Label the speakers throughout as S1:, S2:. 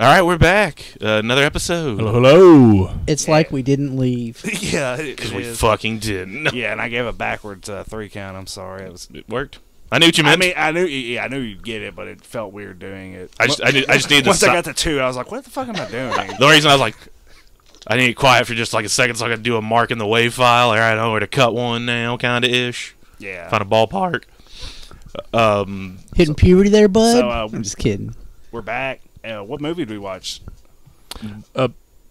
S1: All right, we're back. Uh, another episode.
S2: hello.
S3: It's like we didn't leave.
S2: Yeah, it,
S1: Because
S2: it
S1: we
S2: is.
S1: fucking didn't.
S2: yeah, and I gave a backwards uh, three count. I'm sorry. It was.
S1: It worked. I knew what you
S2: I
S1: meant.
S2: mean, I knew. Yeah, I knew you'd get it, but it felt weird doing it.
S1: I just, I, knew, I just needed to
S2: Once
S1: stop.
S2: I got to two, I was like, "What the fuck am I doing?"
S1: the only reason I was like, I need it quiet for just like a second so I can do a mark in the wave file. All right, I know where to cut one now, kind of ish.
S2: yeah.
S1: Find a ballpark. Um,
S3: Hitting puberty there, bud.
S2: So, uh,
S3: I'm just kidding.
S2: We're back. Uh, what movie did we watch?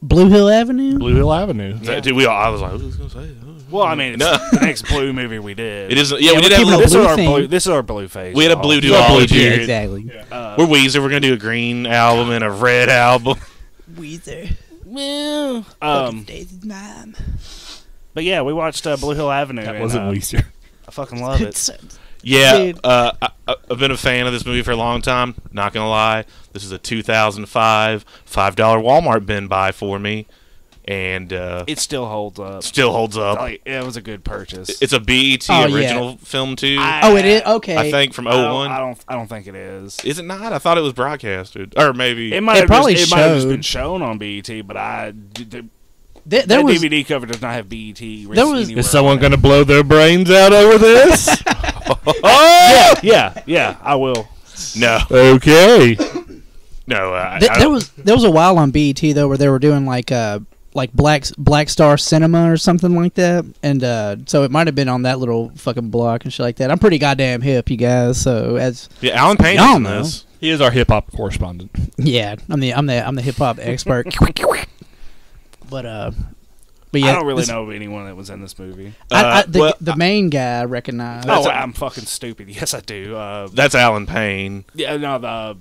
S3: Blue Hill Avenue.
S4: Blue Hill Avenue.
S1: that- dude, we all, I was like, who's gonna say? that?
S2: Well, I mean, it's
S1: No.
S2: the next blue movie we did.
S1: It isn't. Yeah, we
S3: we
S1: did have. a
S3: keep
S1: little-
S3: it
S2: This is
S3: Blue
S2: our
S3: thing.
S2: blue. This is our blue phase.
S1: We had a blue
S2: dude.
S1: dude all
S3: Blue- yeah,
S1: period.
S3: exactly.
S2: Uh,
S1: We're Weezer. We're gonna do a green album and a red album.
S3: Weezer.
S2: um,
S3: Daisy's mom.
S2: but yeah, we watched uh, Blue Hill Avenue.
S4: That
S2: and,
S4: wasn't
S2: uh,
S4: Weezer.
S2: I fucking love it.
S3: It's-
S1: Yeah,
S3: Dude.
S1: uh, I, I- I've been a fan of this movie for a long time. Not gonna lie, this is a 2005 five dollar Walmart bin buy for me, and uh, it
S2: It Oh, still holds up.
S1: still holds up.
S2: Like, it was a good purchase.
S1: It's a BET
S3: Oh, yeah.
S1: original film too.
S2: I-
S1: I,
S3: Oh, it is okay.
S1: think from
S2: I don't,
S1: 01.
S2: I don't. I don't think it is.
S1: Is it not? I thought it was broadcasted, or maybe
S2: It might
S3: It
S2: have
S3: probably
S2: just, it might have just
S3: showed.
S2: been shown on BET, but I d- the,
S3: Th- there
S2: that
S3: was
S2: DVD cover does not have BET.
S3: There was-
S2: anywhere
S4: Is someone
S2: on it.
S4: going to blow their brains out over this?
S1: Oh
S2: Yeah, yeah, I will.
S1: no,
S4: okay.
S1: no. I,
S3: th-
S1: I
S3: there
S1: don't-
S3: was there was a while on BET though where they were doing like uh like black Black Star Cinema or something like that, and uh so it might have been on that little fucking block and shit like that. I'm pretty goddamn hip, you guys. So as
S1: yeah, Alan Payne
S3: Y'all
S1: was in
S3: know.
S1: this.
S4: He is our hip hop correspondent.
S3: yeah, I'm the I'm the I'm the hip hop expert. but uh, but yeah,
S2: I don't really
S3: this-
S2: know of anyone that was in this movie.
S3: I, I,
S1: Uh,
S3: the,
S1: well,
S3: the main guy I recognize.
S2: Oh,
S1: a-
S2: i I'm fucking stupid. Yes, I do. Uh,
S1: That's Alan Payne.
S2: yeah, no, the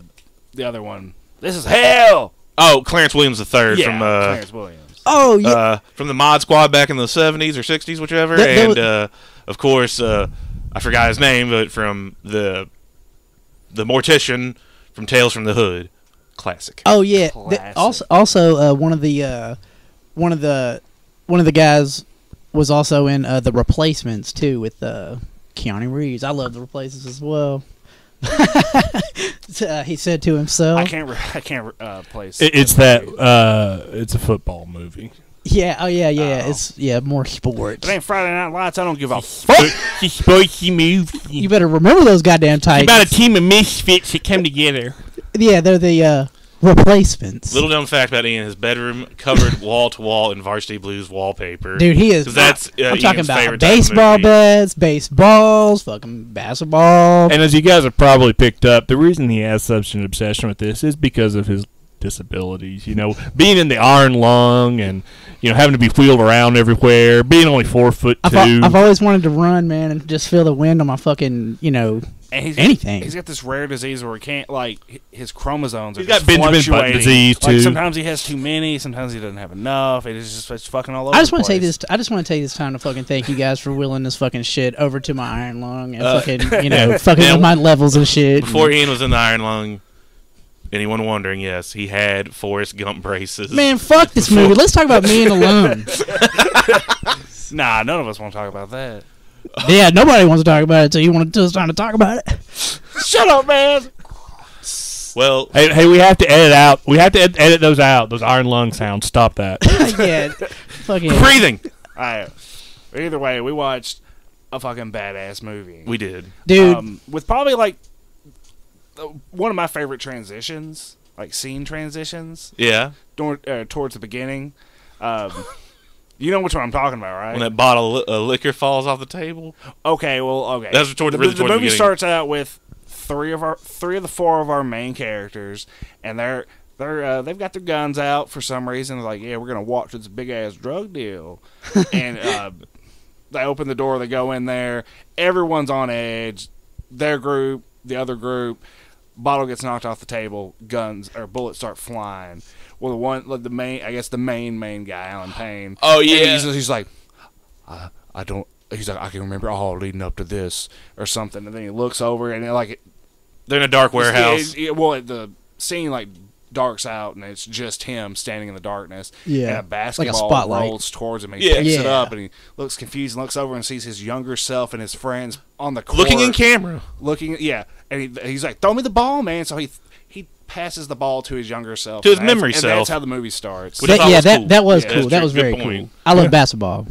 S2: the other one. This is hell.
S1: Oh, Clarence Williams III
S2: Yeah,
S1: from uh,
S2: Clarence Williams.
S3: oh yeah,
S1: uh, from the Mod Squad back in the seventies or sixties, whichever.
S3: That- that
S1: and
S3: was-
S1: uh, of course, uh, I forgot his name, but from the the Mortician from Tales from the Hood, classic.
S3: Oh yeah. Th-
S2: Classic.
S3: also, also uh, one of the uh, one of the one of the guys was also in uh, the Replacements too with uh, Keanu Reeves. I love the Replacements as well. uh, he said to
S2: I
S3: himself,
S2: can't. Re- I can't re- uh, place.
S4: It, it's that. Uh, it's a football movie.
S3: "Yeah, oh yeah, yeah,
S2: Oh.
S3: it's yeah more sports."
S2: It ain't Friday Night Lights. I don't give a f-
S4: It's a spicy movie.
S3: You better remember those goddamn titles.
S4: a team of misfits that come together.
S3: yeah, they're the uh, Replacements.
S1: Little known fact about Ian: his bedroom covered wall to wall in Varsity Blues wallpaper.
S3: Dude, he is.
S1: 'Cause that's, uh,
S3: I'm
S1: Ian's
S3: talking about
S1: favorite type of
S3: baseball
S1: movie.
S3: bats, baseballs, fucking basketball.
S4: And as you guys have probably picked up, the reason he has such an obsession with this is because of his disabilities. You know, being in the iron lung and you know having to be wheeled around everywhere, being only four foot 2
S3: I've, al- I've always wanted to run, man, and just feel the wind on my fucking, you know,
S2: and he's
S3: Anything.
S2: He's got this rare disease where he can't like h- his chromosomes. Are
S4: He's
S2: just
S4: got Benjamin Button
S2: fluctuating.
S4: disease,
S2: Like,
S4: too.
S2: sometimes he has too many. Sometimes he doesn't have enough. It is just it's fucking all over.
S3: I just want
S2: want
S3: to take this. I just want to take this time to fucking thank you guys for willing this fucking shit over to my iron lung and
S1: Uh,
S3: fucking you know fucking
S1: now-
S3: with my levels and shit.
S1: Before Ian was in the Iron Lung, anyone wondering? Yes, he had Forrest Gump braces.
S3: man, fuck this movie. Let's talk about me and alone.
S2: Nah, none of us want to talk about that.
S3: yeah, nobody wants to talk about it, so you want to till it's time to talk about it.
S2: Shut up, man.
S1: Well,
S4: Hey, hey, we have to edit out. We have to ed- edit those out. Those iron lung sounds. Stop that.
S3: yeah, fucking.
S1: breathing.
S2: All right. Either way, we watched a fucking badass movie.
S1: We did.
S3: Dude,
S2: um, with probably like uh, one of my favorite transitions, like scene transitions,
S1: Yeah,
S2: dor- uh, towards the beginning. Um, you know which one I'm talking about, right?
S1: when that bottle of li- uh, liquor falls off the table.
S2: Okay, well, okay.
S1: That's toward-
S2: the,
S1: really
S2: the
S1: toward the
S2: movie
S1: beginning.
S2: starts out with three of our three of the four of our main characters, and they're they're uh, they've got their guns out for some reason. They're like, yeah, we're gonna watch this big ass drug deal, and uh, they open the door. They go in there. Everyone's on edge. Their group, the other group, bottle gets knocked off the table. Guns or bullets start flying. Well, the one, like the main, I guess the main main guy, Alan Payne.
S1: Oh,
S2: and
S1: yeah.
S2: he's, he's like, I, I don't. He's like, I can remember all leading up to this or something. And then he looks over and it, like it,
S1: They're in a dark warehouse.
S2: it- it- well, it- the scene like darks out and it's just him standing in the darkness.
S3: Yeah.
S2: and a
S3: Like a
S2: basketball
S3: spotlight.
S2: rolls towards him. And he picks it
S3: Yeah.
S2: up and he looks confused and looks over and sees his younger self and his friends on the court
S1: Looking in camera.
S2: looking. Yeah, and he, he's like, "Throw me the ball, man!" So he he passes the ball to his younger self.
S1: To his
S2: and that's-
S1: memory
S2: and
S1: self.
S2: That's how the movie starts.
S1: Which is
S3: That- yeah,
S1: always
S3: that
S1: cool.
S3: that was
S2: Yeah,
S3: cool.
S1: that's
S3: That
S1: true.
S3: was
S1: Good
S3: very
S1: point.
S3: cool. I love basketball,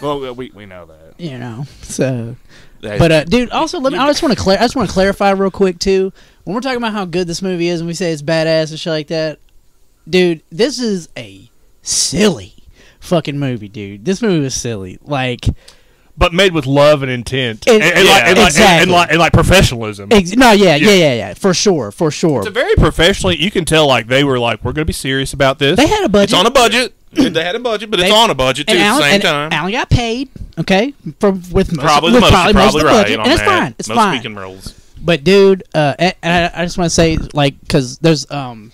S2: well, we, we know that.
S3: you know. So,
S1: That-
S3: but uh, dude, also let me.
S2: You-
S3: I just want to clar- I just want to clarify real quick too. When we're talking about how good this movie is, and we say it's badass and shit like that, dude, this is a silly fucking movie, dude. This movie was silly. Like,
S4: but made with love and intent,
S3: It-
S4: and, and like,
S1: Yeah.
S4: and, like, and, and
S3: Exactly.
S4: like and like professionalism.
S3: ex- no, yeah,
S4: Yeah.
S3: yeah, yeah, yeah, for sure, for sure.
S4: It's a very professionally. You can tell like they were like, we're going to be serious about this.
S3: They had a budget.
S1: It's on a budget. they had a budget, but it's
S3: They-
S1: on a budget too.
S3: and
S1: at
S3: Alan,
S1: the same
S3: and
S1: time,
S3: Alan got paid, okay, for with most,
S1: probably the
S3: with
S1: most.
S3: probably
S1: you're
S3: most
S1: probably
S3: of the
S1: right
S3: budget,
S1: on
S3: and it's
S1: that.
S3: fine, it's
S1: most
S3: fine.
S1: speaking roles.
S3: But dude, uh, and, and I, I just want to say, like, because there's um,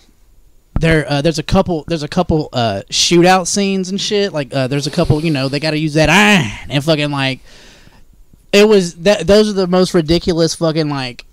S3: there uh, there's a couple there's a couple uh shootout scenes and shit. Like, uh, there's a couple you know they got to use that iron and fucking like, it was that those are the most ridiculous fucking like,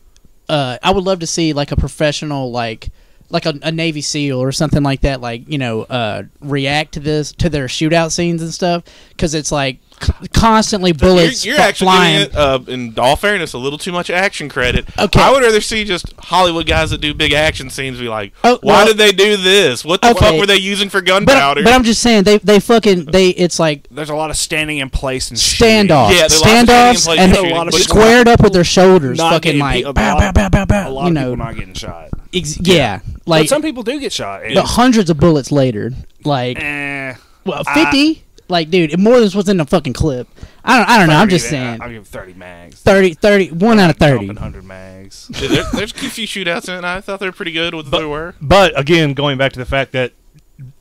S3: uh, I would love to see like a professional like like a, a Navy SEAL or something like that like you know uh react to this to their shootout scenes and stuff because it's like. c- Constantly bullets
S1: you're,
S3: fu-
S1: you're actually
S3: flying.
S1: giving it, uh, in all fairness, a little too much action credit.
S3: Okay.
S1: I would rather see just Hollywood guys that do big action scenes be like,
S3: Oh,
S1: "Why
S3: well-
S1: did they do this? What the
S3: Okay.
S1: fuck were they using for
S3: But,
S1: gunpowder?"
S3: but I'm just saying they they fucking they it's like
S2: There's a lot of standing in place and shooting.
S3: standoff
S1: Yeah, there's lots of
S3: standoffs
S1: shooting
S3: and
S1: plays,
S3: they
S1: shooting, but-
S3: squared up with their shoulders
S2: Not
S3: fucking
S2: getting
S3: like
S2: pe- a
S3: bow, bow,
S2: lot-
S3: bow, bow, bow,
S2: A lot
S3: you
S2: of
S3: know
S2: people not getting shot.
S3: ex- yeah
S2: But
S3: like
S2: some people do get shot. and-
S3: but hundreds of bullets later like
S2: eh,
S3: well,
S2: I-
S3: 50 like dude it more than what's in the fucking clip I don't I don't know I'm
S2: 30,
S3: just
S2: man.
S3: saying
S2: I'll give it 30 mags.
S3: 30 30 one out of 30
S2: 100 mags.
S1: Dude, there, there's a few shootouts in it. and I thought they were pretty good. What they were.
S4: But again, going back to the fact that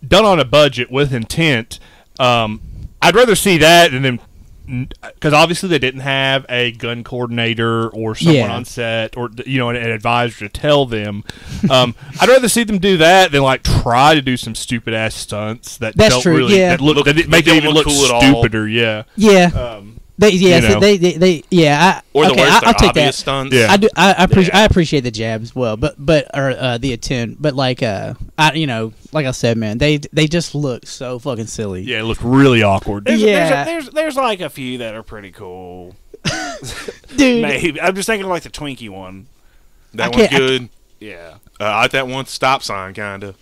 S4: done on a budget with intent, um, I'd rather see that and then because obviously they didn't have a gun coordinator or someone
S3: Yeah.
S4: on set or you know an, an advisor to tell them. Um, I'd rather see them do that than like try to do some stupid ass stunts that
S3: That's
S4: don't
S3: true,
S4: really
S3: yeah.
S4: that look,
S1: Look-
S4: that it make
S1: they
S4: it
S1: don't
S4: even
S1: look
S4: look
S1: cool at all.
S4: stupider. Yeah.
S3: yeah
S4: Um,
S3: they yeah
S4: you
S3: so
S4: know.
S3: they, they they yeah I,
S1: Or the
S3: okay,
S1: worst,
S3: I,
S1: they're
S3: I'll take
S1: obvious
S3: that
S1: stunts.
S4: Yeah.
S3: I do. I, I appreciate. I appreciate the jab as well, but but or uh, the attempt, but like uh, I you know, like I said, man, they they just look so fucking silly.
S4: yeah, it looked really awkward.
S2: There's,
S3: Yeah.
S2: there's, a, there's, there's like a few that are pretty cool.
S3: dude.
S2: Maybe. I'm just thinking like the Twinkie one.
S1: That
S3: I
S1: one's
S3: can't- I
S1: good.
S2: Yeah.
S1: Uh, I like that one stop sign kind of,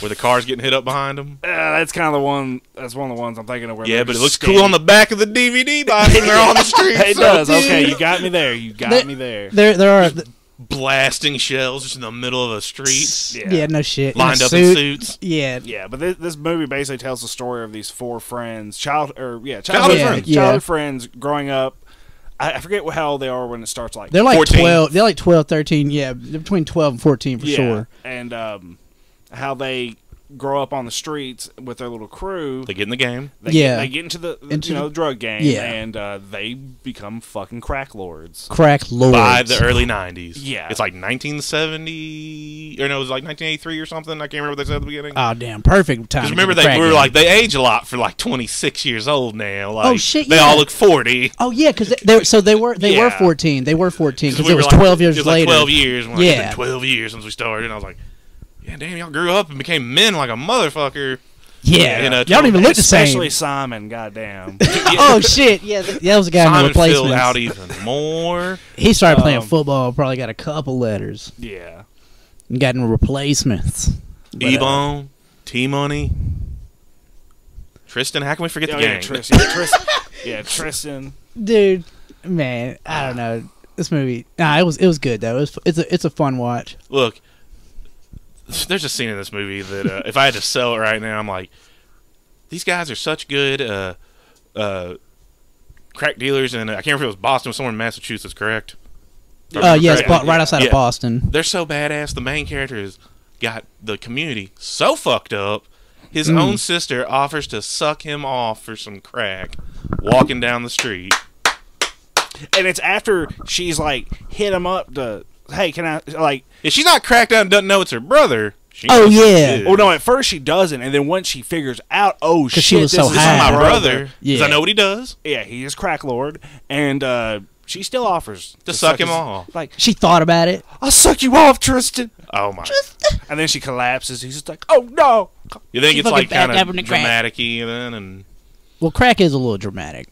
S1: where the car's getting hit up behind them.
S2: Uh, that's kind of the one. That's one of the ones I'm thinking of. Where
S1: Yeah,
S2: they're
S1: but it
S2: just
S1: looks
S2: standing-
S1: cool on the back of the DVD box when they're on the street.
S2: It
S1: so-
S2: does. Okay, you got me there. You got
S3: They-
S2: me there.
S3: There there are. th-
S1: Blasting shells just in the middle of a street,
S3: yeah.
S2: Yeah.
S3: no shit. In a
S1: lined up in
S3: suit.
S1: suits.
S3: Yeah.
S2: Yeah, but this, this movie basically tells the story of these four friends, child or yeah,
S1: Childhood
S2: childhood
S1: friends.
S2: friends,
S3: Yeah.
S2: childhood friends growing up. I, I forget how old they are when it starts. Like
S3: They're like
S1: 14.
S3: 12. They're like 12, 13. Yeah, they're between 12 and 14 for
S2: yeah,
S3: sure.
S2: and um, how they grow up on the streets with their little crew.
S1: They get in the game.
S2: They,
S3: Yeah.
S2: they get into the
S3: Into
S2: you know
S3: the-
S2: the drug game,
S3: Yeah.
S2: and uh, they become fucking crack lords.
S3: Crack lords.
S1: by the early 90s.
S2: Yeah.
S1: It's like 1970 or no, it was like 1983 or something. I can't remember what they said at the beginning.
S3: Oh damn! Perfect time.
S1: Because
S3: to
S1: remember
S3: get
S1: they
S3: crack
S1: we were
S3: in.
S1: like they age a lot for like 26 years old now. Like
S3: Oh, shit,
S1: they
S3: yeah.
S1: all look 40.
S3: Oh yeah, because they, they so they were they were
S1: Yeah.
S3: 14. They were 14
S1: 'Cause
S3: because
S1: we
S3: it
S1: were
S3: was
S1: like-
S3: 12 years
S1: it was
S3: later.
S1: Like 12 years. We're like, It's
S3: Yeah.
S1: been 12 years since we started, and I was like, yeah, damn, y'all grew up and became men like a motherfucker.
S3: Yeah,
S1: You know,
S3: y'all don't even look the
S2: Especially
S3: same.
S2: Simon, goddamn.
S3: Oh shit! Yeah, th- that was a guy in
S1: Simon filled
S3: replacement.
S1: out even more.
S3: He started playing
S2: Um,
S3: football. Probably got a couple letters.
S2: yeah,
S3: And gotten replacements. But, uh,
S1: E Bone, T Money, Tristan. How can we forget
S2: Oh,
S1: the
S2: yeah,
S1: gang?
S2: Tristan, Tristan, yeah, Tristan.
S3: dude, man, I don't know. This movie, nah, it was it was good though. It was, it's a it's a fun watch.
S1: look there's a scene in this movie that uh, if i had to sell it right now i'm like these guys are such good uh, uh, crack dealers in uh, i can't remember if it was boston or somewhere in massachusetts correct If I
S3: Uh,
S1: remember
S3: yeah, it's
S1: correctly.
S3: bo- right outside
S1: Yeah.
S3: of Boston.
S1: they're so badass the main character has got the community so fucked up his own sister offers to suck him off for some crack walking down the street
S2: and it's after she's like hit him up to hey can i like
S1: if she's not cracked out and doesn't know it's her brother she
S3: Oh,
S1: knows who
S3: yeah.
S1: it is.
S2: oh no at first she doesn't and then once she figures out oh shit
S3: she was
S2: this
S3: so
S2: is
S1: this
S3: high.
S1: is
S2: my
S1: my
S3: Yeah.
S1: brother because
S3: Yeah.
S1: i know what he does
S2: yeah he is crack lord and uh she still offers to,
S1: suck him
S2: his-
S1: off.
S2: like
S3: She thought about it.
S2: i'll suck you off tristan
S1: Oh my!
S2: and then she collapses he's just like oh no
S1: you think it's
S3: fucking
S1: like kind
S3: backstabbing
S1: of
S3: the crap.
S1: dramatic then, and
S3: Well, crack is a little dramatic.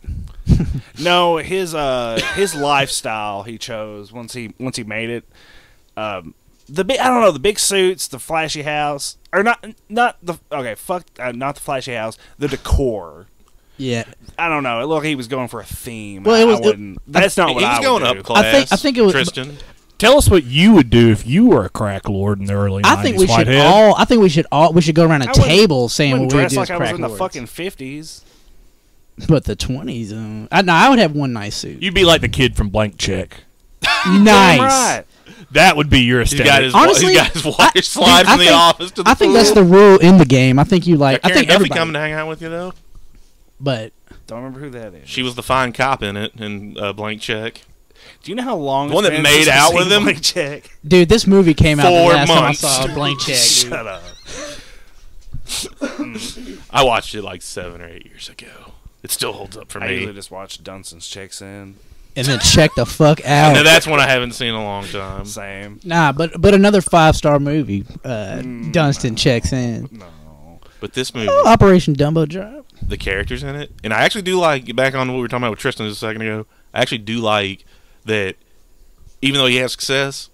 S2: no his uh his lifestyle he chose once he once he made it um the big I don't know the big suits, the flashy house, or not not the okay fuck uh, not the flashy house, the decor.
S3: Yeah,
S2: I don't know. It looked like he was going for a theme.
S3: Well, it
S2: I-
S3: was-
S2: I
S3: it-
S2: wouldn't. that's not
S1: He
S2: what
S1: was
S2: I
S1: going
S2: would
S1: up
S2: do.
S1: class.
S3: I think- I think it was-
S1: Tristan.
S4: Tell us what you would do if you were a crack lord in the early 90s.
S3: I think we should
S4: Whitehead.
S3: all. I think we should all. We should go around a
S2: I wouldn't-
S3: table saying
S2: wouldn't
S3: what we would
S2: dress
S3: do
S2: like
S3: as
S2: I was
S3: crack
S2: in the
S3: lords.
S2: fucking fifties.
S3: But the twenties, um, I, no, I would have one nice suit.
S4: You'd be like the kid from Blank Check.
S3: nice.
S2: Right.
S4: That would be your
S1: He's got
S4: aesthetic. Uh,
S1: his
S3: Honestly,
S1: he's got his water
S3: I-
S1: slide
S3: I
S1: from the
S3: think-
S1: office to the
S3: I think
S1: pool.
S3: that's the rule in the game. I think you like. I
S1: Karen
S3: think
S1: Duffy
S3: everybody.
S1: coming to hang out with you though.
S3: but
S2: Don't remember who that is.
S1: She was the fine cop in it in uh, Blank Check.
S2: Do you know how long?
S1: The one
S2: it's
S1: that
S2: been since
S1: made
S2: I've
S1: out
S2: seen
S1: with him?
S2: Blank Check.
S3: dude, this movie came out the
S1: Four
S3: last
S1: months.
S3: time I saw a blank check. dude.
S2: Shut up.
S1: I watched it like seven or eight years ago. It still holds up for
S2: I usually
S1: me.
S2: just watch Dunson's checks in.
S3: and then check the fuck out.
S1: Now that's one I haven't seen in a long time.
S2: Same.
S3: nah, but but another five star movie. Uh,
S1: Mm.
S3: Dunstan checks in.
S2: No.
S1: But this movie,
S3: Oh, Operation Dumbo Drop.
S1: the characters in it, and I actually do like back on what we were talking about with Tristan just a second ago. I actually do like that, even though he has success,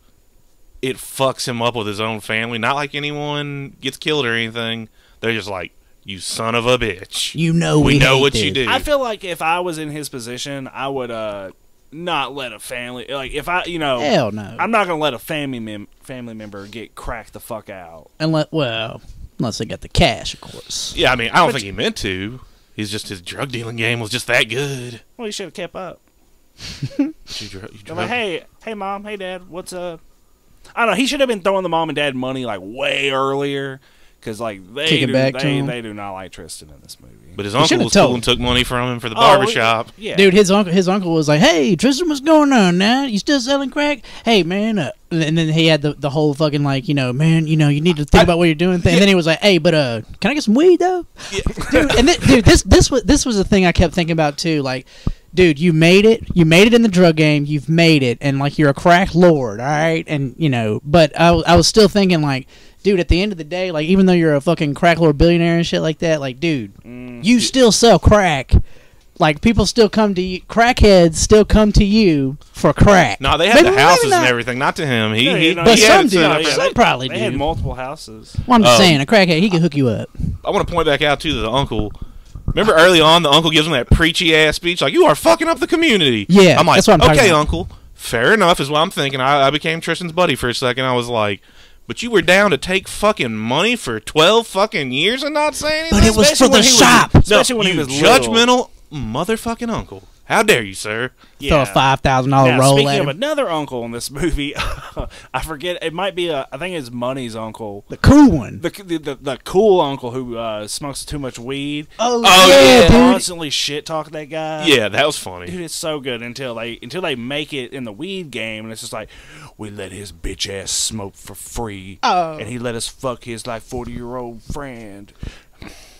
S1: it fucks him up with his own family. Not like anyone gets killed or anything. They're just like, "You son of a bitch."
S3: You know
S1: we,
S3: we,
S1: know
S3: hate
S1: what
S3: this.
S1: you do.
S2: I feel like if I was in his position, I would uh not let a family like if I you know
S3: Hell no.
S2: I'm not gonna let a family mem- family member get cracked the fuck out.
S3: Unless well, unless they got the cash, of course.
S1: yeah, I mean, I don't
S2: But-
S1: think he meant to. He's just his drug dealing game was just that good.
S2: Well, you should have kept up.
S1: You dr- you
S2: They're
S1: drug-
S2: like, hey, hey, mom, hey, dad, what's up? I don't know. He should have been throwing the mom and dad money like way earlier, because like they
S3: Kick it
S2: do,
S3: back to
S2: they,
S3: him.
S2: they do not like Tristan in this movie.
S1: But his
S3: You
S1: uncle
S3: should've
S1: was cool
S3: told.
S1: and took money from him for the
S2: Oh,
S1: barber shop.
S2: yeah,
S3: Dude, his uncle, his uncle was like, "Hey, Tristan, what's going on now? You still selling crack? Hey, man!" Uh, and then he had the, the whole fucking like, you know, man, you know, you need to think about what you're doing. Thing. And then he was like, "Hey, but uh, can I get some weed though?" dude, and thi- dude, this this was this was the thing I kept thinking about too. Like, dude, you made it, you made it in the drug game, you've made it, and like you're a crack lord, all right, and you know. But I, w- I was still thinking like, dude, at the end of the day, like even though you're a fucking crack lord billionaire and shit like that, like, dude,
S2: Mm.
S3: you still sell crack. Like people still come to you, crackheads still come to you for crack.
S1: No, they had
S3: Maybe-
S1: the
S3: maybe
S1: houses and
S3: not.
S1: everything. Not to him. He,
S2: Yeah,
S1: he,
S2: you know,
S1: he
S3: But
S1: had
S3: some
S1: it set
S3: do.
S1: up
S3: Yeah,
S1: for-
S3: some probably
S2: they
S3: do.
S2: had multiple houses.
S3: Well, I'm just
S1: Um,
S3: saying, a crackhead he can hook you up.
S1: I want to point back out too to the uncle. Remember early on, the uncle gives him that preachy ass speech, like "You are fucking up the community."
S3: Yeah,
S1: I'm like,
S3: that's what I'm talking
S1: okay,
S3: about."
S1: uncle, fair enough is what I'm thinking. I, I became Tristan's buddy for a second. I was like, but you were down to take fucking money for twelve fucking years and not say anything.
S3: But it was
S2: Especially
S3: for the
S2: when he was-
S3: shop.
S2: especially
S1: no,
S2: when he
S1: you
S2: was little.
S1: judgmental motherfucking uncle. How dare you, sir?
S3: Throw a five thousand dollar
S2: Now,
S3: roll
S2: speaking
S3: at
S2: of
S3: him.
S2: another uncle in this movie, I forget it might be a I think it's Money's uncle,
S3: the cool one.
S2: the the, the, the cool uncle who uh, smokes too much weed.
S3: oh,
S1: Oh,
S3: yeah,
S1: yeah.
S3: dude.
S2: constantly shit talk that
S3: Uh,
S2: guy.
S1: Yeah, that was
S2: Dude,
S1: funny.
S2: it's so good until they until they make it in the weed game, and it's just like we let his bitch ass smoke for free,
S3: Oh.
S2: and he let us fuck his like forty year old friend.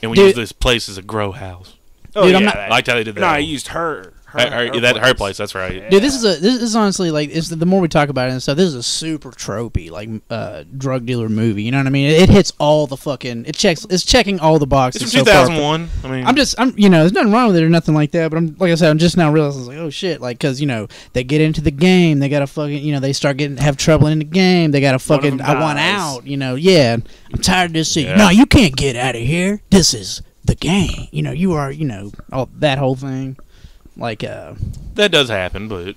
S1: And we
S3: Dude.
S1: use this place as a grow house.
S2: Oh
S3: Dude, I'm not-
S1: I liked how they did that.
S2: no, I used her.
S1: Her- her- that her place. That's right.
S3: Dude, this is a this is honestly like it's the, the more we talk about it and stuff. This is a super tropey like uh, drug dealer movie. You know what I mean? It, hits all the fucking it checks it's checking all the boxes.
S1: It's from
S3: so far.
S1: 2001. I mean,
S3: I'm just I'm you know there's nothing wrong with it or nothing like that. But I'm like I said I'm just now realizing like oh shit like because you know they get into the game they gotta fucking you know they start getting have trouble in the game they gotta
S2: One of
S3: fucking
S2: them
S3: I want
S2: dies.
S3: out you know yeah I'm tired of this city.
S1: Yeah.
S3: No, you can't get out of here. This is the game. You know you are you know all that whole thing like uh.
S1: that does happen, but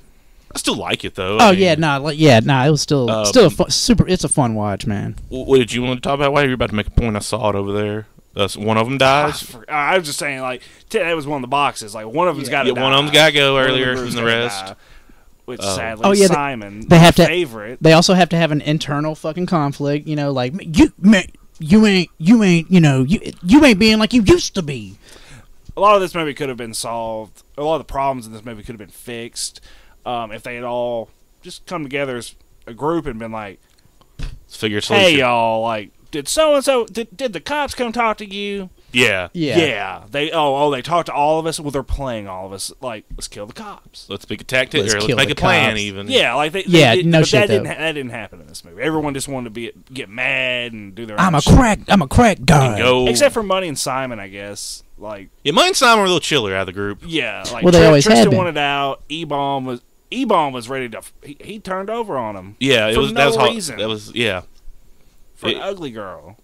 S1: I still like it though. I
S3: Oh
S1: mean,
S3: yeah, nah, like, yeah, nah. It was still
S1: Um,
S3: still a fu- super. It's a fun watch, man.
S1: Wh- What did you want to talk about? Why you were about to make a point? I saw it over there. That's one
S3: Ah,
S1: of them
S2: I,
S1: dies.
S2: for, I was just saying, like t- that was one of the boxes. Like one of them's got
S1: Yeah, one of them's got to go earlier than the
S2: Die,
S1: rest.
S2: which
S1: Oh.
S2: sadly,
S3: Oh, yeah, they-
S2: Simon,
S3: they have to-
S2: favorite.
S3: They also have to have an internal fucking conflict. You know, like you, man, you ain't, you ain't, you know, you, you ain't being like you used to be.
S2: a lot of this movie could have been solved. A lot of the problems in this movie could have been fixed um, if they had all just come together as a group and been like,
S1: Let's figure a solution.
S2: "Hey, y'all! Like, did so and so? Did did the cops come talk to you?
S1: yeah.
S3: Yeah.
S2: They oh oh they talked to all of us. Well, they're playing all of us. Like, let's kill the cops.
S1: Let's make a tactic.
S3: Let's
S1: or let's
S3: kill
S1: make
S3: the
S1: a plan.
S3: cops.
S1: Even.
S2: Yeah, like they, they
S3: Yeah,
S2: did-
S3: no
S2: but
S3: shit,
S2: That didn't
S3: though.
S2: ha- that didn't happen in this movie. Everyone just wanted to be get mad and do their.
S3: I'm
S2: own
S3: a
S2: shit.
S3: crack, I'm a crack guy.
S1: Go.
S2: Except for Money and Simon, I guess. Like.
S1: yeah, mine and Simon were a little chiller out of the group.
S2: Yeah, like
S3: Well, they
S2: Tri-
S3: always had
S2: Tristan
S3: been.
S2: wanted out. E bomb was Ebon was ready to. f- He, he turned over on him
S1: Yeah, it
S2: For
S1: was
S2: no
S1: that was hol-
S2: reason.
S1: that was yeah.
S2: for an
S1: It-
S2: ugly girl.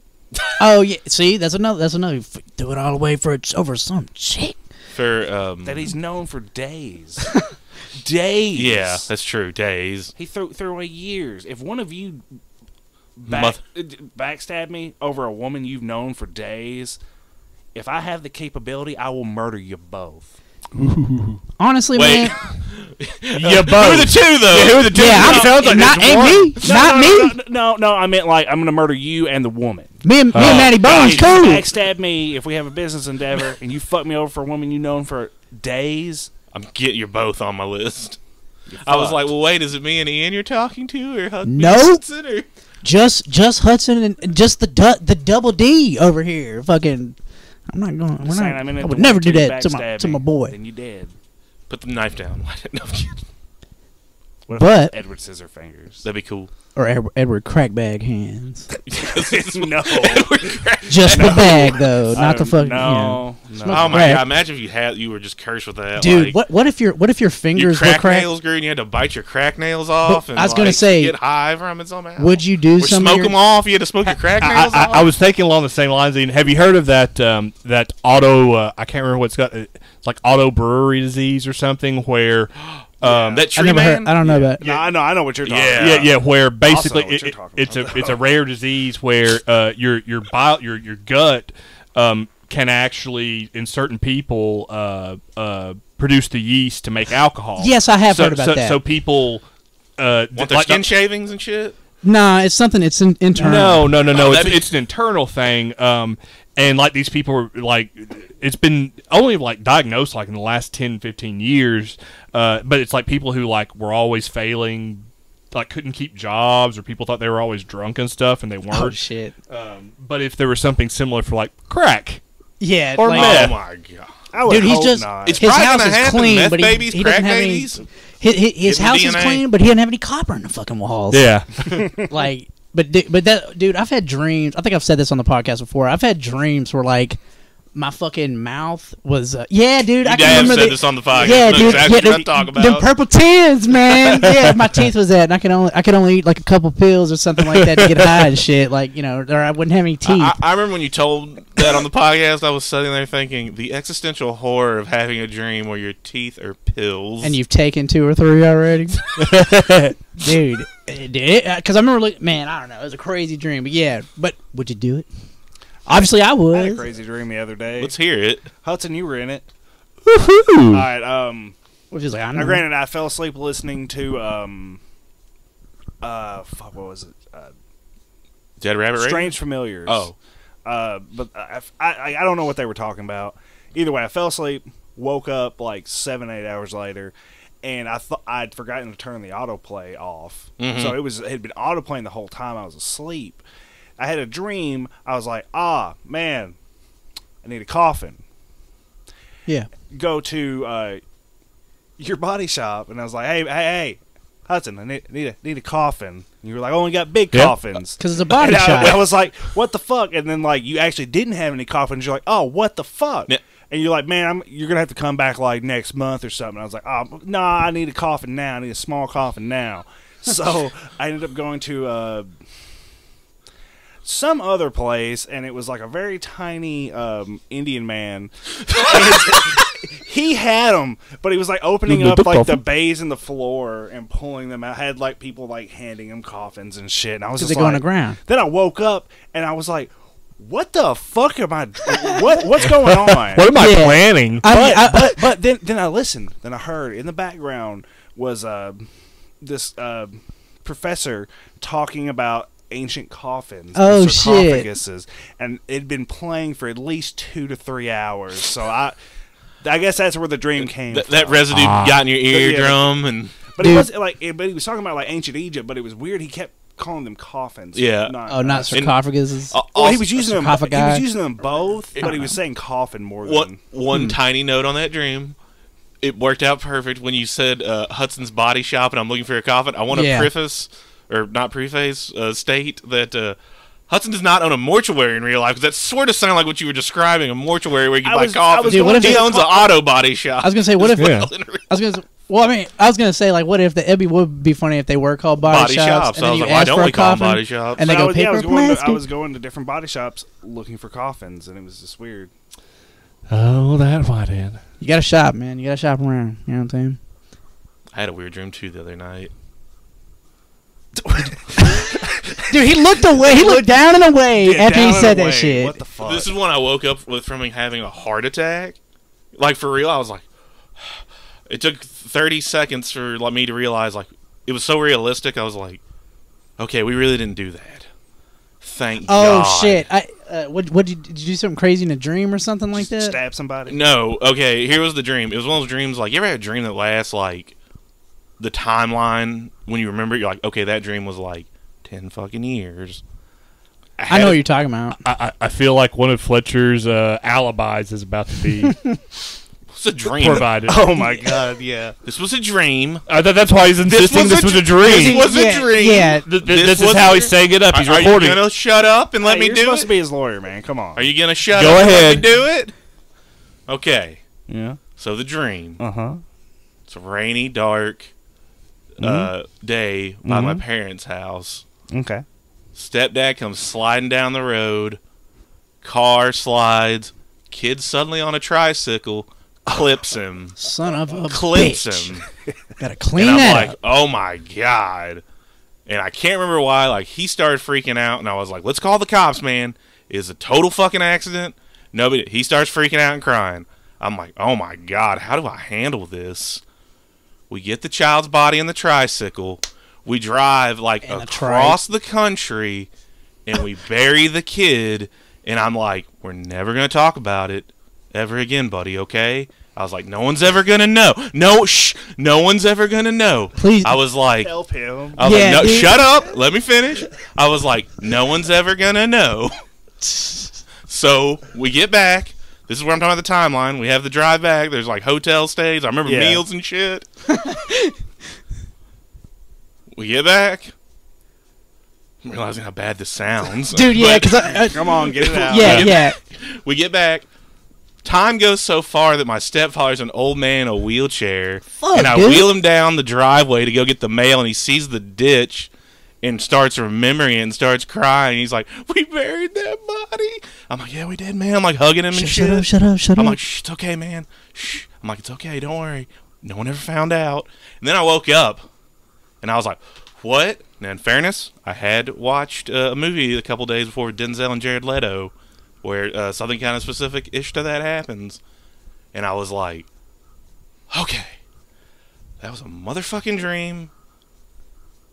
S3: Oh yeah, see, that's another. That's another. f- Do it all the way for a- over some chick.
S1: For um
S2: that he's known for days. days.
S1: Yeah, that's true. Days.
S2: He threw threw away years. If one of you back,
S1: Moth-
S2: backstab me over a woman you've known for days, if I have the capability, I will murder you both.
S3: Honestly,
S1: Wait.
S3: man.
S4: Yeah,
S1: Who are the
S4: both.
S1: two though?
S4: who are the two?
S3: Yeah,
S4: It
S3: I'm
S4: sounds like
S3: not
S4: there's
S3: and
S4: one.
S3: me, not
S2: no,
S3: me.
S2: No, no, no, I meant like I'm gonna murder you and the woman.
S3: Me
S4: Uh,
S3: and me
S1: Oh,
S3: and Matty
S1: nice.
S3: Bones, cool.
S2: Backstab me if we have a business endeavor, and you fuck me over for a woman you've known for days.
S1: I'm get you're both on my list. I was
S2: fucked.
S1: like, well, wait, is it me and Ian you're talking to, or Hudson?
S3: No.
S1: Hudson, or-
S3: Just just Hudson and and just the du- the double D over here. Fucking, I'm not going. We're
S2: Saying
S3: not, I,
S2: meant the
S3: would
S2: woman
S3: never do
S2: to
S3: that to my
S2: backstab
S3: to my
S2: me,
S3: boy.
S2: Then you did.
S1: Put the knife down. No, I'm kidding.
S2: What
S3: But-
S2: Edward Scissorfingers?
S1: That'd be cool.
S3: Or Edward, Edward Crackbag hands.
S2: no,
S3: Just the bag though, not the
S2: Um,
S3: fucking. yeah.
S2: No, no.
S1: Oh my
S3: Right.
S1: god! Imagine if you had you were just cursed with that,
S3: Dude,
S1: like,
S3: what what if your what if your
S1: Your
S3: fingers
S1: crack
S3: were cracked?
S1: nails grew, and you had to bite your crack nails off. and
S3: I was gonna
S1: like,
S3: say,
S1: get high from it somehow.
S3: Would you do
S1: or
S3: some?
S1: smoke
S3: of your-
S1: them off? You had to smoke your crack
S4: I,
S1: nails
S4: I,
S1: off.
S4: I was thinking along the same lines. Ian. Have you heard of that um, that auto? Uh, I can't remember what it's got. uh, It's like auto brewery disease or something where. Um,
S1: that
S3: I
S1: tree
S3: never
S1: man.
S3: heard. I don't know about.
S2: No, I know, I know what you're talking.
S1: Yeah.
S4: yeah, yeah, where basically
S2: what you're
S4: it-
S2: talking
S4: it's a it's a rare disease where uh, your your bile your your gut um, can actually in certain people uh, uh, produce the yeast to make alcohol.
S3: Yes, I have
S4: so,
S3: heard about
S4: so,
S3: that.
S4: So people uh, th-
S1: Want their
S4: like-
S1: skin shavings and shit?
S3: Nah, it's something. It's in, internal.
S4: No, no, no, no.
S1: Oh,
S4: it's,
S1: that'd be-
S4: it's an internal thing. Um, and like these people are like, it's been only like diagnosed like in the last 10, 15 years. Uh, but it's like people who like were always failing, like couldn't keep jobs, or people thought they were always drunk and stuff, and they weren't.
S3: Oh shit.
S1: uh,
S4: um, but if there was something similar for like crack,
S3: Yeah.
S4: Or
S3: like,
S4: meth.
S1: Oh my god!
S2: I would
S3: Dude, he's
S2: hope
S3: just
S2: not.
S1: It's
S3: his
S1: probably
S3: house
S1: gonna
S3: is
S1: happen.
S3: clean,
S1: Meth
S3: but he,
S1: babies,
S3: he doesn't
S1: crack
S3: have
S1: babies.
S3: any. His, his, his
S1: Hidden
S3: house is
S1: DNA.
S3: clean, but he doesn't have any copper in the fucking walls.
S4: yeah,
S3: Like, but di- but that dude, I've had dreams. I think I've said this on the podcast before. I've had dreams where like my fucking mouth was. Uh, yeah, dude. I
S1: Your
S3: can
S1: dad
S3: remember
S1: said
S3: the-
S1: this on the podcast.
S3: Yeah,
S1: Know
S3: dude.
S1: exactly
S3: yeah,
S1: what I'm
S3: the,
S1: talking
S3: them
S1: about.
S3: purple tins, man. yeah, my teeth was that, and I could only I could only eat like a couple pills or something like that to get high and shit. Like you know, or I wouldn't have any teeth.
S1: I, I remember when you told that on the podcast. I was sitting there thinking the existential horror of having a dream where your teeth are pills.
S3: and you've taken two or three already, dude. Because I remember, look, man, I don't know, it was a crazy dream, but yeah. But would you do it? Obviously, I
S2: I had a
S3: would.
S2: crazy dream the other day.
S1: let's hear it.
S2: Hudson, you were in it. All
S4: woohoo!
S2: right. Um.
S3: Which is like, I
S2: Now,
S3: know.
S2: granted, I fell asleep listening to um. Uh, fuck. What was it? Uh,
S1: Dead rabbit. Ray?
S2: Strange familiars.
S1: Oh.
S2: Uh, but I, I I don't know what they were talking about. Either way, I fell asleep. Woke up like seven eight hours later, and I thought I'd forgotten to turn the autoplay off.
S1: Mm-hmm.
S2: So it was it had been autoplaying the whole time I was asleep. I had a dream. I was like, ah man, I need a coffin
S3: Yeah.
S2: go to uh, your body shop, and I was like, "Hey, hey, hey, Hudson, I need need a, need a coffin." And you were like, "I only got big
S4: Yeah.
S2: coffins."
S3: Because it's a body
S2: And I, I
S3: shot.
S2: was like, "What the fuck?" And then like you actually didn't have any coffins. You're like, "Oh, what the fuck?"
S1: Yeah.
S2: And you're like, "Man, I'm, you're gonna have to come back like next month or something." I was like, "Oh, nah, I need a coffin now. I need a small coffin now." so I ended up going to. Uh, some other place, and it was like a very tiny um, Indian man. he had them, but he was like opening up like the bays in the floor and pulling them out. had like people like handing him coffins and shit, and I was
S3: Because
S2: just
S3: they go
S2: like,
S3: on the ground.
S2: Then I woke up and I was like, "What the fuck am I? What what's going on?"
S4: What am I
S3: Yeah.
S4: planning?
S3: I, mean,
S2: but,
S3: I,
S2: but but then then I listened. Then I heard in the background was uh, this uh, professor talking about ancient coffins
S3: Oh,
S2: and
S3: shit.
S2: sarcophaguses, and it'd been playing for at least two to three hours. So I. I guess that's where the dream came.
S1: That,
S2: from.
S1: that residue
S4: Ah.
S1: got in your eardrum, and
S2: but it
S3: Dude.
S2: was like, it- but he was talking about like ancient Egypt, but it was weird. He kept calling them coffins.
S1: Yeah.
S3: oh, not
S2: uh,
S3: sarcophagus.
S1: uh,
S2: well, he
S1: also-
S2: was using them. He
S3: sarcophagi.
S2: was using them both, but he was saying coffin more than
S1: One one tiny note on that dream. It worked out perfect when you said uh, Hudson's Body Shop, and I'm looking for your coffin. I want to
S3: Yeah.
S1: preface, or not preface, uh, state that uh, Hudson does not own a mortuary in real life because that sort of sounded like what you were describing—a mortuary where you
S2: I
S1: buy
S2: was- I
S1: coffins.
S2: was
S3: Dude, what going if
S1: he
S3: to-
S1: owns an auto body shop.
S3: I was gonna say, what if?
S4: Yeah.
S3: I was gonna. Say, Well, I mean, I was gonna say like, what if the it'd be would be funny if they were called body,
S1: Body shops.
S3: and
S1: I
S3: then
S1: was
S3: you
S1: like, why
S3: ask
S1: don't
S3: for a
S1: we call 'em
S3: coffin,
S1: body shops?
S3: And they
S2: So I
S3: go
S2: was, yeah, I
S3: paper
S2: was going to, I
S3: plastic.
S2: was going to different body shops looking for coffins, and it was just weird.
S4: Oh, that might end.
S3: You gotta shop, man. You gotta shop around. You know what I'm saying?
S1: I had a weird dream too the other night.
S3: Dude, he looked away. He looked down and away
S2: Yeah,
S3: after he
S2: down and
S3: E said that
S2: away.
S3: shit.
S2: What the fuck?
S1: This is when I woke up with from having a heart attack. Like for real, I was like, it took 30 seconds for like, me to realize like it was so realistic. I was like, okay, we really didn't do that. Thank
S3: oh
S1: God.
S3: shit! I uh, what what did you, did you do something crazy in a dream or something like
S2: Just
S3: that?
S2: Stab somebody.
S1: No, okay, here was the dream. It was one of those dreams like you ever had a dream that lasts like the timeline when you remember it, you're like, okay, that dream was like ten fucking years.
S3: I
S1: had
S3: know
S1: a-
S3: what you're talking about.
S4: I, I I feel like one of Fletcher's uh, alibis is about to be
S1: It's a dream.
S4: provided.
S2: Oh my god, yeah.
S1: This was a dream.
S4: I thought Uh, that's why he's insisting
S1: was
S4: this
S1: a
S4: was a,
S1: dr- this
S4: dream.
S1: was- a
S3: yeah,
S1: dream.
S3: Yeah,
S4: Th- th-
S1: this
S4: this
S1: was
S4: is
S1: a
S4: how he's
S1: dream.
S4: saying it up. He's
S1: Are, are you
S4: recording.
S1: gonna shut up and let
S2: Hey,
S1: me
S2: you're
S1: do
S2: supposed
S1: it?
S2: to be his lawyer, man. Come on.
S1: Are you gonna shut
S4: Go
S1: up
S4: ahead.
S1: and let me do it? Okay.
S2: Yeah.
S1: So the dream.
S2: Uh
S4: Uh-huh.
S2: huh.
S1: It's a rainy, dark uh,
S4: Mm-hmm.
S1: day by my parents' house.
S2: Okay.
S1: Stepdad comes sliding down the road. Car slides. Kid suddenly on a tricycle clips him.
S3: son of a
S1: clips
S3: bitch.
S1: him.
S3: Gotta clean
S1: And I'm
S3: that
S1: like,
S3: up.
S1: oh my God. And I can't remember why. Like, he started freaking out, and I was like, let's call the cops, man. It's a total fucking accident. Nobody. He starts freaking out and crying. I'm like, oh my God, how do I handle this? We get the child's body in the tricycle. We drive, like,
S3: And the tri-
S1: across the country, and we bury the kid. And I'm like, we're never going to talk about it ever again, buddy, okay? I was like, no one's ever gonna know. No, shh, no one's ever gonna know.
S3: Please-
S1: I was like,
S2: Help him.
S1: I was
S3: Yeah,
S1: like, no,
S3: dude.
S1: shut up. Let me finish. I was like, no one's ever gonna know. So we get back. This is where I'm talking about the timeline. We have the drive back. There's like hotel stays. I remember
S2: Yeah.
S1: meals and shit. we get back. I'm realizing how bad this sounds.
S3: Dude, yeah,
S1: But-
S3: because I, I,
S2: Come on, get it out.
S3: yeah, yeah.
S1: we get back. Time goes so far that my stepfather's an old man in a wheelchair,
S3: Fuck,
S1: and I
S3: dude.
S1: wheel him down the driveway to go get the mail, and he sees the ditch and starts remembering it and starts crying. He's like, "We buried that body." I'm like, "Yeah, we did, man." I'm like hugging him and
S3: Shut,
S1: shit.
S3: shut up, shut up, shut
S1: I'm
S3: up.
S1: like, "Shh, it's okay, man. Shh." I'm like, "It's okay. Don't worry. No one ever found out." And then I woke up, and I was like, "What?" Now, in fairness, I had watched uh, a movie a couple days before with Denzel and Jared Leto, where uh, something kind of specific ish to that happens, and I was like, "Okay, that was a motherfucking dream."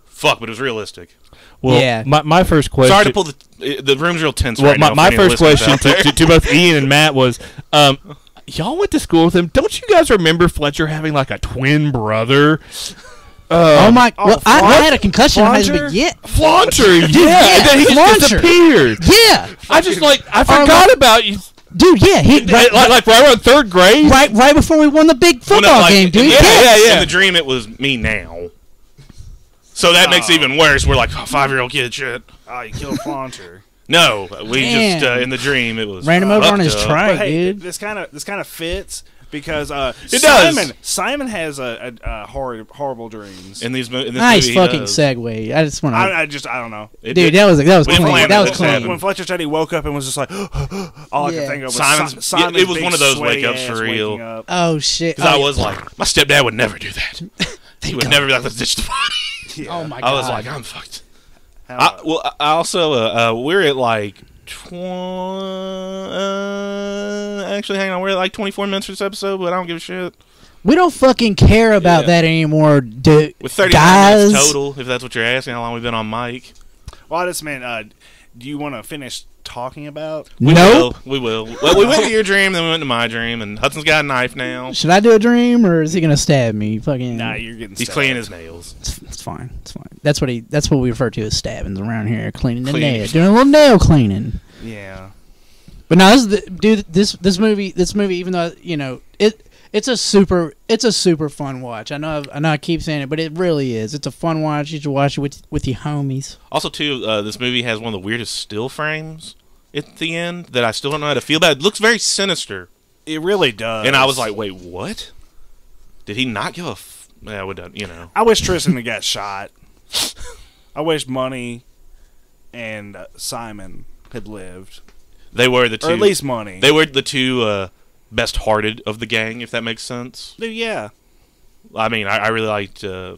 S1: Fuck, but it was realistic.
S4: Well,
S3: Yeah.
S4: my, my first question.
S1: Sorry to pull the uh, the room's real tense
S4: Oh, well,
S1: right
S4: my,
S1: now. for
S4: my
S1: any of the
S4: first
S1: listeners
S4: question
S1: out there.
S4: to, to, to both Ian and Matt was, um, y'all went to school with him. Don't you guys remember Fletcher having like a twin brother? Uh,
S3: oh my! well, I, I
S2: Flan-
S3: had a concussion in high school,
S2: Flanger?
S3: but yeah,
S4: Flaunter, yeah, and then he just
S3: Flauncher.
S4: disappeared.
S3: yeah,
S4: I just like I
S3: Or
S4: forgot
S3: like-
S4: about you.
S3: dude, yeah. He
S4: Like,
S3: right,
S4: like, like right around third grade.
S3: right, right before we won the big
S1: Well,
S3: football
S1: no, like,
S3: game, dude.
S1: In,
S3: Yeah,
S4: yeah, yeah.
S1: In the dream, it was me now. So that makes it even worse. We're like oh, five year old kid shit.
S2: Oh, you killed Flaunter.
S1: No, we
S3: Damn.
S1: just uh, in the dream it was
S3: Ran him over on
S1: fucked
S3: his
S1: up.
S3: trunk,
S2: But hey,
S3: dude.
S2: this kind of this kind of fits because uh,
S1: It does.
S2: Simon Simon has a, a, a horrid, horrible dreams.
S1: In these mo- in this
S3: Nice
S1: movie,
S3: fucking
S1: he does.
S3: segue. I just want
S2: I,
S3: to,
S2: I just I don't know.
S1: It
S3: dude.
S1: did-
S3: That was that was
S1: We didn't
S3: clean.
S1: plan
S3: That
S1: it.
S3: was
S1: It
S3: clean.
S1: happened.
S2: When Fletcher said he woke up and was just like, all I could
S3: Yeah.
S2: think of was
S1: Simon's-
S2: Si-
S1: yeah,
S2: Simon's
S1: it was
S2: big
S1: one of those
S2: sweaty
S1: wake-ups for
S2: ass
S1: real.
S2: waking up.
S3: Oh shit!
S1: 'Cause I was like, my stepdad would never do that. he would never be like, let's ditch the body.
S2: Yeah.
S3: oh my god!
S1: I was like, I'm fucked.
S2: How-
S1: I, well, I- I also uh, uh, we're at like tw- uh, actually hang on, we're at like 24 minutes for this episode, but I don't give a shit.
S3: we don't fucking care about
S1: Yeah.
S3: that anymore, dude.
S1: With 30
S3: guys.
S1: minutes total, if that's what you're asking, how long we've been on mic.
S2: well, I just meant, uh, do you want to finish talking about?
S1: We
S3: Nope.
S1: will. We will. Well, we went to your dream, then we went to my dream, and Hudson's got a knife now.
S3: Should I do a dream or is he gonna stab me? Fucking.
S2: Nah, you're getting.
S1: He's
S2: stabbed.
S1: cleaning his nails.
S3: It's, it's fine. It's fine. That's what he. That's what we refer to as stabbings around here. Cleaning the
S1: Cleaning.
S3: nail, doing a little nail cleaning.
S2: Yeah.
S3: But now this is the, dude. This this movie. This movie. Even though you know it, it's a super. It's a super fun watch. I know. I've- I know. I keep saying it, but it really is. It's a fun watch. You should watch it with with your homies.
S1: Also, too, uh, this movie has one of the weirdest still frames at the end that I still don't know how to feel about. It looks very sinister,
S2: It really does.
S1: and I was like, "Wait, what? Did he not give a f- yeah, we done. You know,
S2: I wish Tristan had got shot. I wish Money and uh, Simon had lived,
S1: they were the two.
S2: or at least Money.
S1: they were the two uh, best hearted of the gang, if that makes sense.
S2: Dude, yeah,
S1: I mean, I, I really liked uh,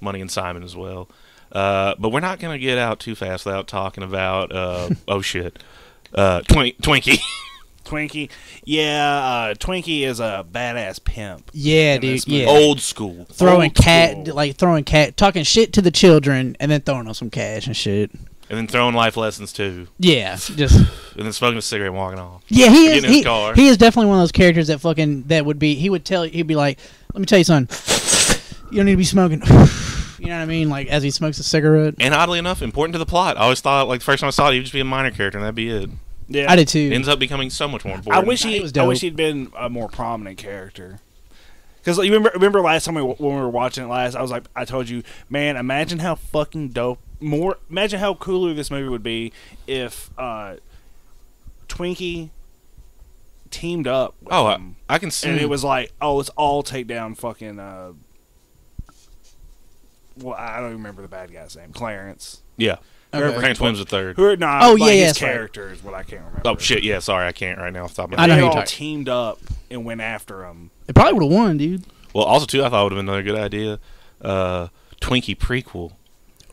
S1: Money and Simon as well. Uh, but we're not gonna get out too fast without talking about uh, oh shit, uh, Twink- Twinkie.
S2: Twinkie. Yeah, uh, Twinkie is a badass pimp.
S3: Yeah,
S2: In this
S3: dude. Yeah.
S1: Old school.
S3: throwing
S2: old school.
S3: cat, like throwing cat, talking shit to the children, and then throwing them some cash and shit.
S1: And then throwing life lessons too.
S3: Yeah, just
S1: And then smoking a cigarette and walking off.
S3: yeah. He is
S1: Get in his
S3: he,
S1: car.
S3: he is definitely one of those characters that fucking that would be. He would tell he'd be like, "Let me tell you something. You don't need to be smoking." You know what I mean? Like as he smokes a cigarette.
S1: And oddly enough, important to the plot. I always thought, like, the first time I saw it, he'd just be a minor character, and that'd be it.
S2: Yeah,
S3: I did too.
S1: It ends up becoming so much more important.
S2: I wish
S3: It
S2: he.
S3: was
S2: I wish
S3: dope.
S2: he'd been a more prominent character. Because you remember, remember last time we, when we were watching it last, I was like, I told you, man, imagine how fucking dope, more, imagine how cooler this movie would be if uh, Twinkie teamed up. With
S1: Oh, I,
S2: him.
S1: I can see.
S2: and it was like, oh, let's all take down fucking. Uh, well, I don't even remember the bad guy's name, Clarence.
S1: yeah.
S3: Okay.
S1: Clarence Wims the third.
S2: Who? No,
S3: Oh,
S2: oh like
S3: yeah, yeah,
S2: his
S3: that's right.
S2: character is what I can't remember.
S1: Oh shit! Yeah, sorry, I can't right now off the top of my
S3: I know
S1: head.
S2: They
S3: who you're
S2: all
S3: talking-
S2: teamed up and went after him.
S3: It probably would have won, dude.
S1: Well, also too, I thought would have been another good idea. Uh, Twinkie prequel.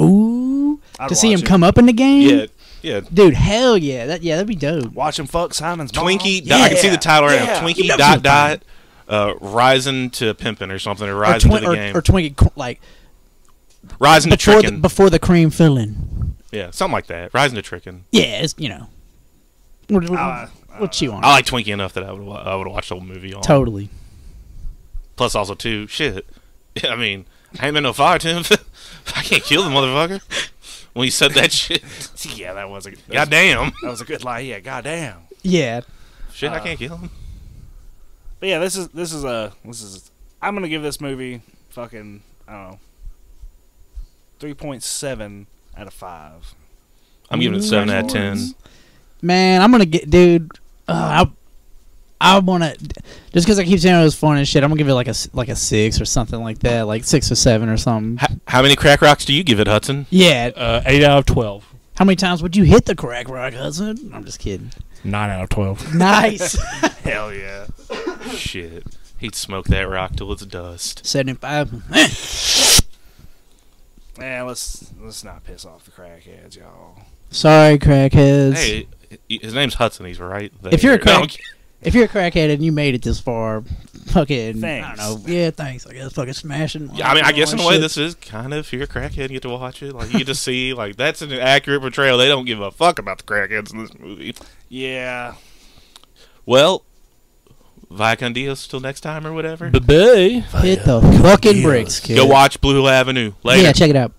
S3: Ooh,
S2: I'd
S3: to see
S2: watch
S3: him
S2: it.
S3: come up in the
S2: Mm.
S3: game.
S1: Yeah, yeah.
S3: dude. Hell yeah. That yeah, that'd be dope.
S2: Watch him fuck Simon's mom.
S1: Twinkie. dot- I can see the title right
S2: Oh, Yeah.
S1: now. Twinkie
S3: You know
S1: dot
S3: what I'm
S1: dot. Uh, rising to pimping or something, or
S3: Or,
S1: rising
S3: twi-
S1: to the
S3: or,
S1: game,
S3: or Twinkie cr- like
S1: rising to
S3: before the,
S1: tricking,
S3: before the cream filling.
S1: yeah, something like that. Rising to tricking.
S3: Yeah, it's, you know. What, what,
S2: Uh,
S3: what you on?
S1: I like Twinkie enough that I would wa- I would watch the whole movie on.
S3: totally.
S1: Plus, also too, shit. I mean, I ain't been no fire Tim. I can't kill the motherfucker. When he said that shit,
S2: Yeah, that was a that, was,
S1: goddamn,
S2: that was a good lie. Yeah, goddamn.
S3: Yeah,
S1: shit, I can't kill him.
S2: But yeah, this is this is a this is. I'm gonna give this movie fucking I don't know. Three point seven out of five.
S1: I'm giving it seven out of ten.
S2: Lawrence.
S3: man, I'm gonna get, dude. Uh, I, I wanna just because I keep saying it was fun and shit. I'm gonna give it like a s- like a six or something like that, like six or seven or something.
S1: How, how many crack rocks do you give it, Hudson?
S3: Yeah.
S4: Uh, eight out of twelve.
S3: How many times would you hit the crack rock, husband? I'm just kidding.
S4: Nine out of twelve.
S3: Nice.
S2: Hell yeah.
S1: Shit, he'd smoke that rock till it's dust.
S3: Seventy-five.
S2: Man, let's let's not piss off the crackheads, y'all.
S3: Sorry, crackheads.
S1: Hey, h- his name's Hudson. He's right there.
S3: If you're a
S1: No, I'm
S3: crack- If you're a crackhead and you made it this far, fucking,
S2: Thanks.
S3: I don't know. Yeah, thanks. I guess fucking smashing.
S1: Yeah, I mean, I guess in a way,
S3: Shit.
S1: this is kind of if you're a crackhead, you get to watch it. Like you get to see, like that's an accurate portrayal. They don't give a fuck about the crackheads in this movie.
S2: Yeah.
S1: Well, Vicondios till next time or whatever.
S4: Bye.
S3: hit the fucking bricks, kid.
S1: Go watch Blue Hill Avenue later.
S3: Yeah, check it out.